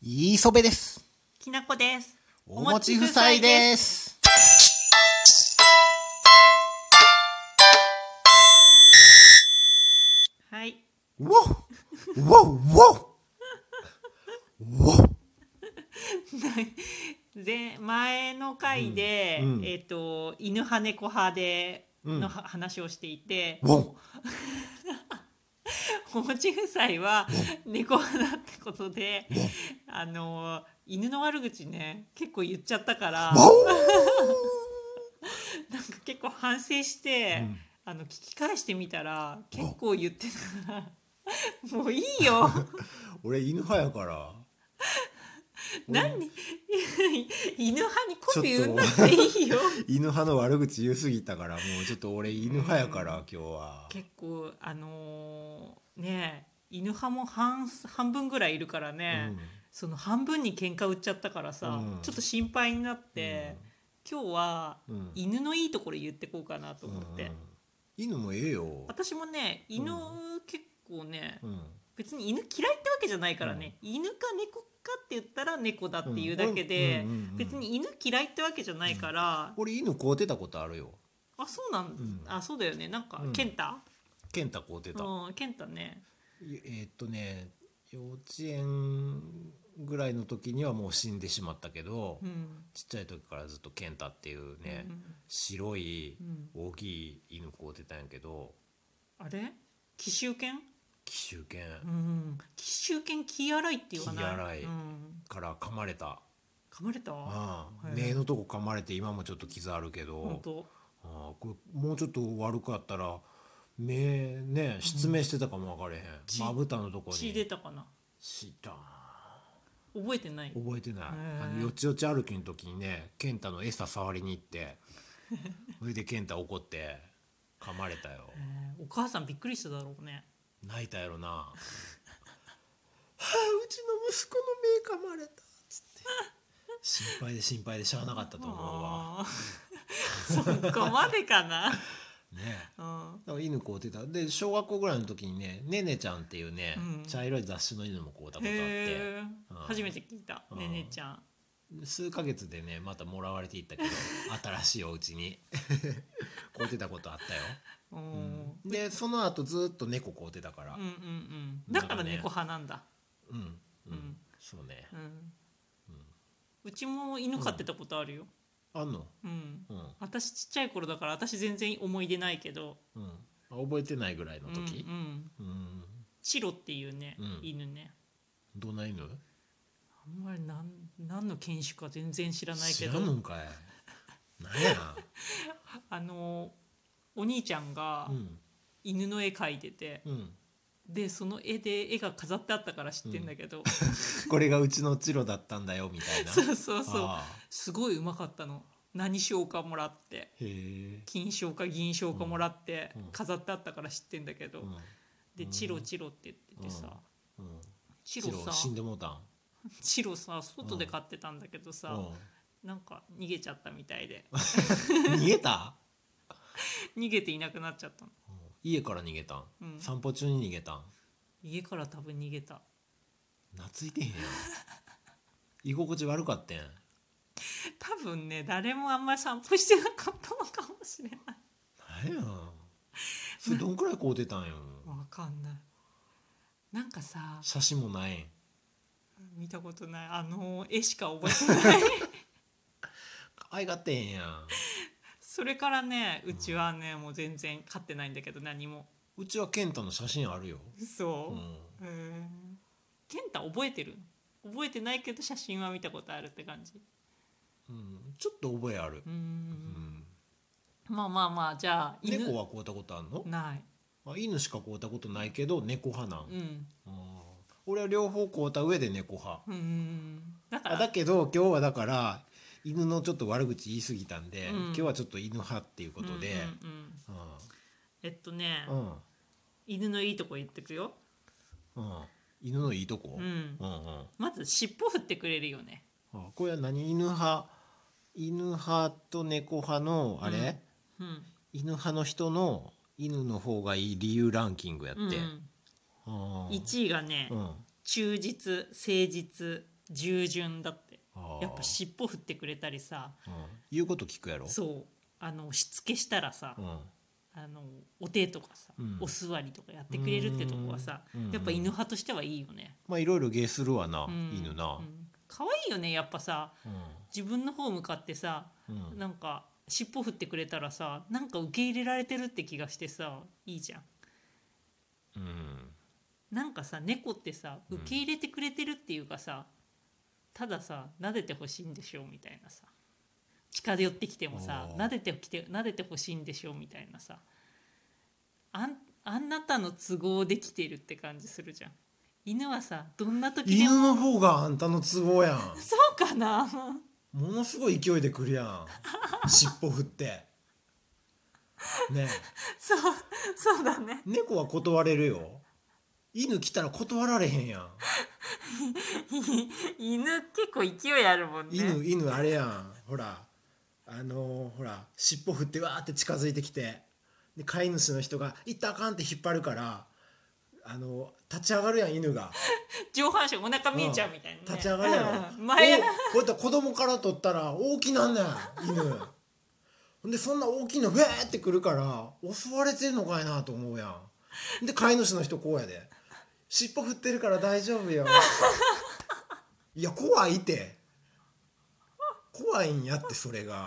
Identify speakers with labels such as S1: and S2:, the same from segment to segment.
S1: いいそべです。
S2: きなこです。
S1: お餅夫妻です。
S2: はい。
S1: うおうおうおうおう
S2: 前前の回で、
S1: うんうん
S2: えっ、と犬派猫派で
S1: うん
S2: のは話をしていて、
S1: おう
S2: おもち夫妻は猫派だってことで、あの犬の悪口ね結構言っちゃったから、なんか結構反省して、
S1: うん
S2: あの聞き返してみたら結構言ってたから、もういい よ。
S1: 俺犬派やから。
S2: 何 犬派にコピー言うんだっていいよ。
S1: 犬派の悪口言うすぎたからもうちょっと俺犬派やから今日は。
S2: 結構あのーねえ犬派も半半分ぐらいいるからね、その半分に喧嘩売っちゃったからさ、
S1: うん
S2: ちょっと心配になって、今日は
S1: うんうん
S2: 犬のいいところ言ってこうかなと思って、
S1: うん犬もええよ。
S2: 私もね犬、
S1: う
S2: 結構ね
S1: うん
S2: 別に犬嫌いってわけじゃないからね、犬か猫かって言ったら猫だっていうだけで、
S1: うんうんうんうん
S2: 別に犬嫌いってわけじゃないから、
S1: 俺犬飼うてたことあるよ。
S2: あそうなん、
S1: ん
S2: あそうだよねなんか、
S1: うん
S2: ケンタ
S1: 健太飼うてた。
S2: うんケンタね
S1: いえーっとね幼稚園ぐらいの時にはもう死んでしまったけど、
S2: うん
S1: ちっちゃい時からずっと健太っていうね、
S2: うん
S1: 白い
S2: うん
S1: 大きい犬飼うてたんやけど
S2: あれ奇襲犬
S1: 奇襲犬
S2: うん奇襲犬気荒いって言わない
S1: 気荒い
S2: うん、
S1: から噛まれた、
S2: 噛まれた
S1: ああ
S2: へえ
S1: 目のとこ噛まれて今もちょっと傷あるけ
S2: 本
S1: ど
S2: 当
S1: ああこれもうちょっと悪かったら目ね失明してたかも分かれへん
S2: 血
S1: まぶたのとこに
S2: 血出たかな
S1: 血だ
S2: 覚えてない
S1: 覚えてない
S2: へえ
S1: あのよちよち歩きの時にね健太の餌触りに行って それで健太怒って噛まれたよ
S2: えーお母さんびっくりしただろうね
S1: 泣いたやろ なはあうちの息子の目噛まれたっつって心配で心配でしゃあなかったと思う わ
S2: あー そこまでか な
S1: ね
S2: うん
S1: だから犬飼うてたで小学校ぐらいの時にねねねちゃんっていうね、
S2: うん
S1: 茶色い雑種の犬も飼うたことあって
S2: へえ
S1: うん
S2: 初めて聞いた
S1: うん
S2: ねねちゃん
S1: 数ヶ月でねまたもらわれていっ たけど新しいお家に飼うてたことあったよ、
S2: お
S1: う
S2: ー
S1: んでその後ずっと猫飼うてたから
S2: うんうんうんだから猫派なんだ
S1: うん、うん
S2: うん
S1: そうね
S2: うん
S1: うん
S2: うちも犬飼ってたことあるよ
S1: あんの
S2: うん
S1: うん
S2: 私ちっちゃい頃だから私全然思い出ないけど
S1: うんあ覚えてないぐらいの時、
S2: うんうん、
S1: うん、
S2: チロっていうね、
S1: うん
S2: 犬ね
S1: どんな犬
S2: あんまりなん何の犬種か全然知らない
S1: 知
S2: け
S1: ら
S2: ど
S1: んのんかい。なん や。
S2: あのお兄ちゃんが
S1: うん、
S2: 犬の絵描いてて、
S1: うん。
S2: でその絵で絵が飾ってあったから知ってんだけど、
S1: これがうちのチロだったんだよみたいな。
S2: そうそうそう
S1: あ
S2: すごいうまかったの何賞かもらって
S1: ーへえ。
S2: 金賞か銀賞かもらって
S1: うんうん
S2: 飾ってあったから知ってんだけど、
S1: うん。
S2: で「チロチロ」って言っててさ、
S1: うんうん。
S2: チロさ
S1: 死んでもうたん。
S2: チロさ外で飼ってたんだけどさ、
S1: う
S2: なんか逃げちゃったみたいで
S1: ん。逃げた。
S2: 逃げていなくなっちゃったの、
S1: うん家から逃げたん。
S2: うん、
S1: 散歩中に逃げたん。
S2: 家から多分逃げた
S1: 懐いてへんやん。居心地悪かってん。
S2: 多分ね誰もあんまり散歩してなかったのかもしれない
S1: なんや。それどんくらいこうてたんよ。
S2: わかんないなんかさ
S1: 写真もないん。
S2: 見たことないあの絵しか覚え てない
S1: 可愛がってへんやん。
S2: それからねうちはねもう全然飼ってないんだけど何も
S1: うちは健太の写真あるよ。う
S2: 嘘
S1: ん。
S2: へえ健太覚えてる覚えてないけど写真は見たことあるって感じ
S1: うん。ちょっと覚えある
S2: う。ー
S1: うんん。
S2: まあまあまあじゃあ犬
S1: 猫は買うたことあるの、
S2: ない
S1: あ犬しか買うたことないけど猫派なん、
S2: うん
S1: うん俺は両方買うた上で猫派
S2: うんうんうんだか
S1: あ
S2: ら
S1: だけど今日はだから犬のちょっと悪口言い過ぎたんで、
S2: うん
S1: 今日はちょっと犬派っていうことで
S2: うんうんうん
S1: う
S2: えっとね、
S1: んうん、
S2: 犬のいいとこ言ってくよ、
S1: うん犬のいいとこ、う
S2: う
S1: ん
S2: ん、
S1: うん
S2: まず尻尾振ってくれるよね
S1: あこれは何犬派犬派と猫派のあれ、
S2: うんうん
S1: 犬派の人の犬の方がいい理由ランキングやって、
S2: うんうん
S1: うん
S2: 1位がね、
S1: うん
S2: 忠実誠実従順だって
S1: あー
S2: やっぱ尻尾振ってくれたりさ
S1: うん、言うこと聞くやろ
S2: そうあのしつけしたらさ、
S1: うん、
S2: あのお手とかさ、
S1: うん
S2: お座りとかやってくれるってとこはさ、
S1: うん
S2: やっぱ犬派としてはいいよね、
S1: まあいろいろ芸するわな、
S2: うん
S1: 犬な
S2: う、ん可愛いよねやっぱさ
S1: う
S2: 自分の方向かってさ
S1: んうん
S2: なんか尻尾振ってくれたらさなんか受け入れられてるって気がしてさいいじゃん
S1: うん
S2: なんかさ猫ってさ
S1: うん
S2: 受け入れてくれてるっていうかさ、たださ撫でてほしいんでしょみたいなさ近寄ってきてもさ
S1: おー
S2: 撫でてきて撫でてほしいんでしょみたいなさあんあなたの都合できてるって感じするじゃん犬はさどんな時で
S1: 犬
S2: も
S1: の方があんたの都合やん
S2: そうか な
S1: ものすごい勢いで来るやん尻尾振ってねえ
S2: そうそうだね
S1: 猫は断れるよ犬来たら断られへんやん
S2: 犬結構勢いあるもんね
S1: 犬犬あれやんほらあのーほら尻尾振ってわーって近づいてきてで飼い主の人が「行ったらあかん」って引っ張るからあのー立ち上がるやん犬が
S2: 上半身お腹見えちゃうみたいな、ね
S1: 立ち上がるや
S2: うん
S1: ろ、
S2: 前
S1: おこうやったら子供から取ったら大きなんねん犬ほんでそんな大きいのウェーってくるから襲われてるのかいなと思うやんで飼い主の人こうやで尻尾振ってるから大丈夫よ いや怖いって怖いんやってそれが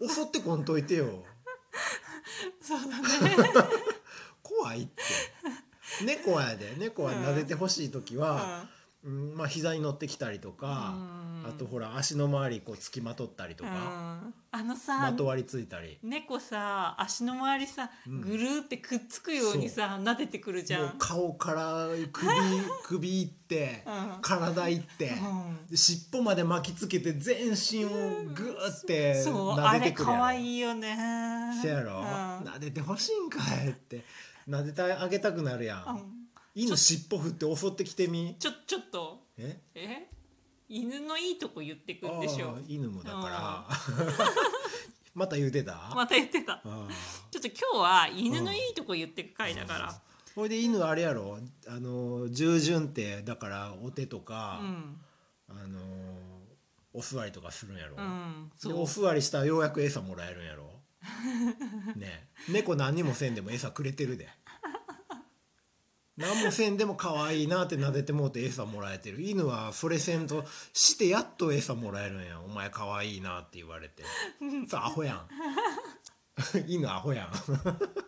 S1: 襲ってこんといてよ
S2: そうだね
S1: 怖いって猫やで猫は撫でてほしい時は、うんまあ膝に乗ってきたりとか、
S2: うん
S1: あとほら足の周りこうつきまとったりと
S2: うん
S1: か、
S2: あの
S1: ま
S2: さ
S1: とわりついたり
S2: 猫さ足の周りさ
S1: うん
S2: ぐるーってくっつくようにさ撫でてくるじゃ
S1: もうん顔から 首首いって、
S2: うん
S1: 体いって、
S2: うん
S1: で尻尾まで巻きつけて全身をグーって
S2: そう
S1: 撫
S2: あ
S1: で
S2: れ
S1: てくるやろ
S2: 可愛いよね
S1: せやろ、
S2: うん
S1: 撫でてほしいんかいって撫でてあげたくなるや、
S2: うんん
S1: 犬尻尾振って襲ってきてみ
S2: ちょちょっと
S1: え
S2: え犬のいいとこ言ってくんでしょ
S1: ああ犬もだから また言うてた、
S2: また言ってた
S1: ああ
S2: ちょっと今日は犬のいいとこ言ってく回だから
S1: ほいで犬あれやろあの従順ってだからお手とか、
S2: うん
S1: あのお座りとかするんやろ、
S2: うん
S1: で
S2: そう
S1: お座りしたらようやく餌もらえるんや ろねえ猫何にもせんでも餌くれてるで何もせんでも可愛いなって撫でてもうて餌もらえてる犬はそれせんとしてやっと餌もらえるんやお前可愛いなって言われてそうアホやん 犬アホやん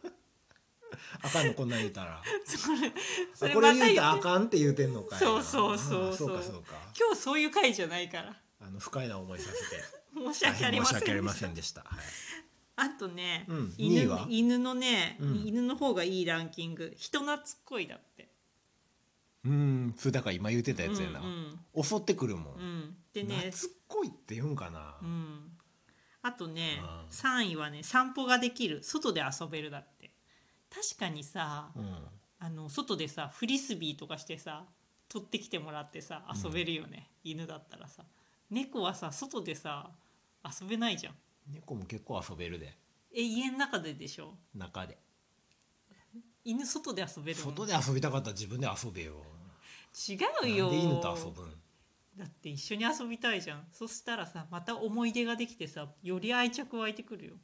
S1: あかんのこんなん言うたら。
S2: それそ
S1: あ
S2: れ
S1: こ
S2: また
S1: れ言う
S2: 言って
S1: たらあかんって言うてんのかいな
S2: そうそうそう
S1: あーそう
S2: そ
S1: か
S2: う
S1: そうか
S2: 今日そういう回じゃないから
S1: あの不快な思いさせ て
S2: 申し
S1: 大
S2: 訳あり
S1: 変
S2: ま
S1: 申
S2: せ
S1: し
S2: んで
S1: 訳ありま
S2: した
S1: せんでしたはい
S2: あとね、
S1: うん二位
S2: 犬
S1: は
S2: 犬のね、
S1: うん
S2: 犬の方がいいランキング人懐っこいだって
S1: うーんそれだから今言ってたやつやな、
S2: うん
S1: 襲ってくるもん、
S2: うんうんでね、
S1: 夏っこいって言うんかな、
S2: うん、あとね
S1: うん
S2: 3位はね散歩ができる外で遊べるだって確かにさ、
S1: うん
S2: あの外でさフリスビーとかしてさ取ってきてもらってさ遊べるよね、犬だったらさ猫はさ外でさ遊べないじゃん
S1: 猫も結構遊べるで
S2: え家の中ででしょ
S1: 中で
S2: 犬外で遊べるもん
S1: 外で遊びたかったら自分で遊べよ
S2: 違うよ
S1: なんで犬と遊ぶん
S2: だって一緒に遊びたいじゃんそしたらさまた思い出ができてさより愛着湧いてくるよ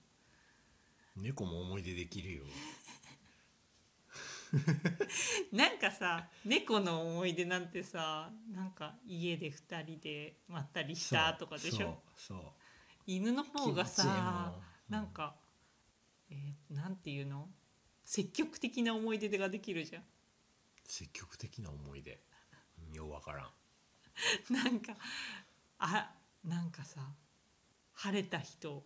S1: 猫も思い出できるよ
S2: なんかさ猫の思い出なんてさなんか家で2人でまったりしたとかでしょ
S1: そうそう
S2: 犬の方が
S1: 気持ちいいもん
S2: さなんか、えーなんていうの積極的な思い出ができるじゃん
S1: 積極的な思い出うんようわからん
S2: なんかあなんかさ晴れた日と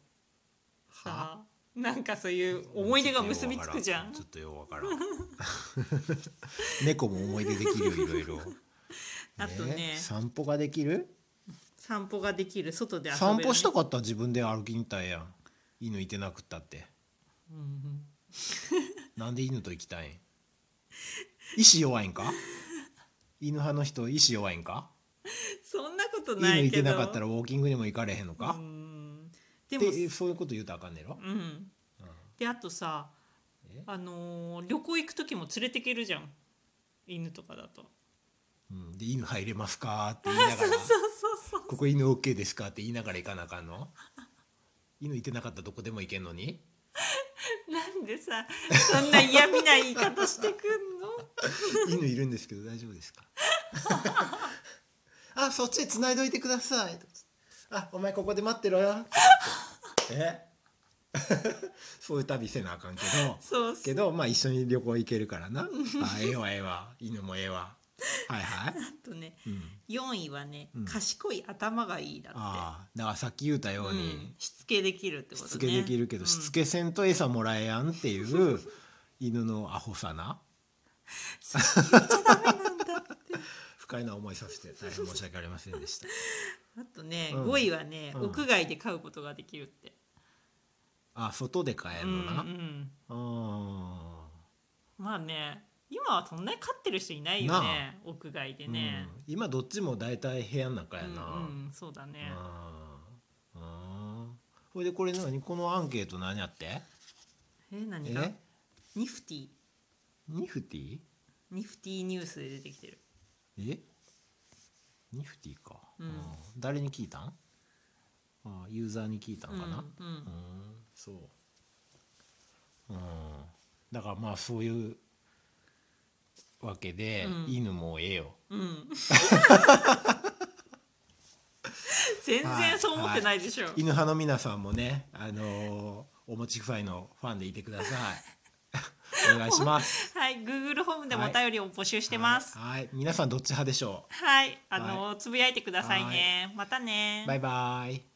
S2: さなんかそういう思い出が結びつくじゃん
S1: ちょっとようわからん。ちょっとようわからん 猫も思い出できるよいろいろ。
S2: あとね
S1: 散歩ができる？
S2: 散歩ができる外で遊べるね、
S1: 散歩したかったら自分で歩きに行ったらええやん。犬いてなくったって。
S2: うんうん
S1: なんで犬と行きたいん？意志弱いんか？犬派の人意志弱いんか？
S2: そんなことな
S1: 犬
S2: い
S1: い
S2: け
S1: て
S2: ど
S1: なかったらウォーキングにも行かれへんのか
S2: う？んでも
S1: でそういうこと言うたらあかんねやろ。
S2: うん
S1: うん
S2: であとさ
S1: え
S2: あのー旅行行く時も連れてけるじゃん犬とかだと
S1: うん、で犬入れますかって言いながら
S2: そう
S1: ここ犬 OK ですか?」って言いながら行かなあかんの犬いてなかったらどこでも行けんのに
S2: なんでさそんな嫌味な言い方してく んの
S1: 犬いるんですけど大丈夫です かあそっちで繋いどいてくださいあお前ここで待ってろ よえ そういう旅せなあかんけど
S2: そう
S1: け
S2: そう
S1: どまあ一緒に旅行行ける からなあええわええわ犬もええわはいはい、
S2: あとね
S1: うん、
S2: 4位はね、
S1: うん
S2: 賢い頭がいいだって
S1: ああだからさっき言ったよう
S2: う
S1: に、
S2: ん、しつけできるってこと
S1: し
S2: ね
S1: つけできるけど、
S2: うん
S1: しつけせんと餌もらえやんっていう犬のアホさな不快な思いさせて大変申し訳ありませんで した
S2: あとね、
S1: うん
S2: 5位はね、
S1: うん
S2: 屋外で飼うことができるって、
S1: あ外で飼え
S2: う
S1: る
S2: んう
S1: のな、うん
S2: ん、
S1: あ
S2: まあね今はそんなに飼ってる人いないよね屋外で
S1: ー、
S2: ね、
S1: うん今どっちも大体部屋の中
S2: うん
S1: やな、
S2: うんそうだね
S1: あーあーほいでこれ何このアンケート何やって
S2: えー何が
S1: え
S2: ニフティ
S1: ニフティ
S2: ニフティニュースで出てきてる
S1: えニフティか、
S2: うん
S1: あー誰に聞いたんあーユーザーに聞いたんかな、
S2: うんうん
S1: うんそう、うん、だからまあそういうわけで、
S2: うん
S1: 犬もええよ
S2: うん、 全然そう思ってないでしょ、
S1: 犬派の皆さんもねあのーおもち夫妻のファンでいてくださ いお願いします
S2: はい、Google ホームでもお便りを募集してます。
S1: はいはい皆さんどっち派でしょ
S2: はい、あの、つぶやいてくださいね。またね。
S1: うバイバイ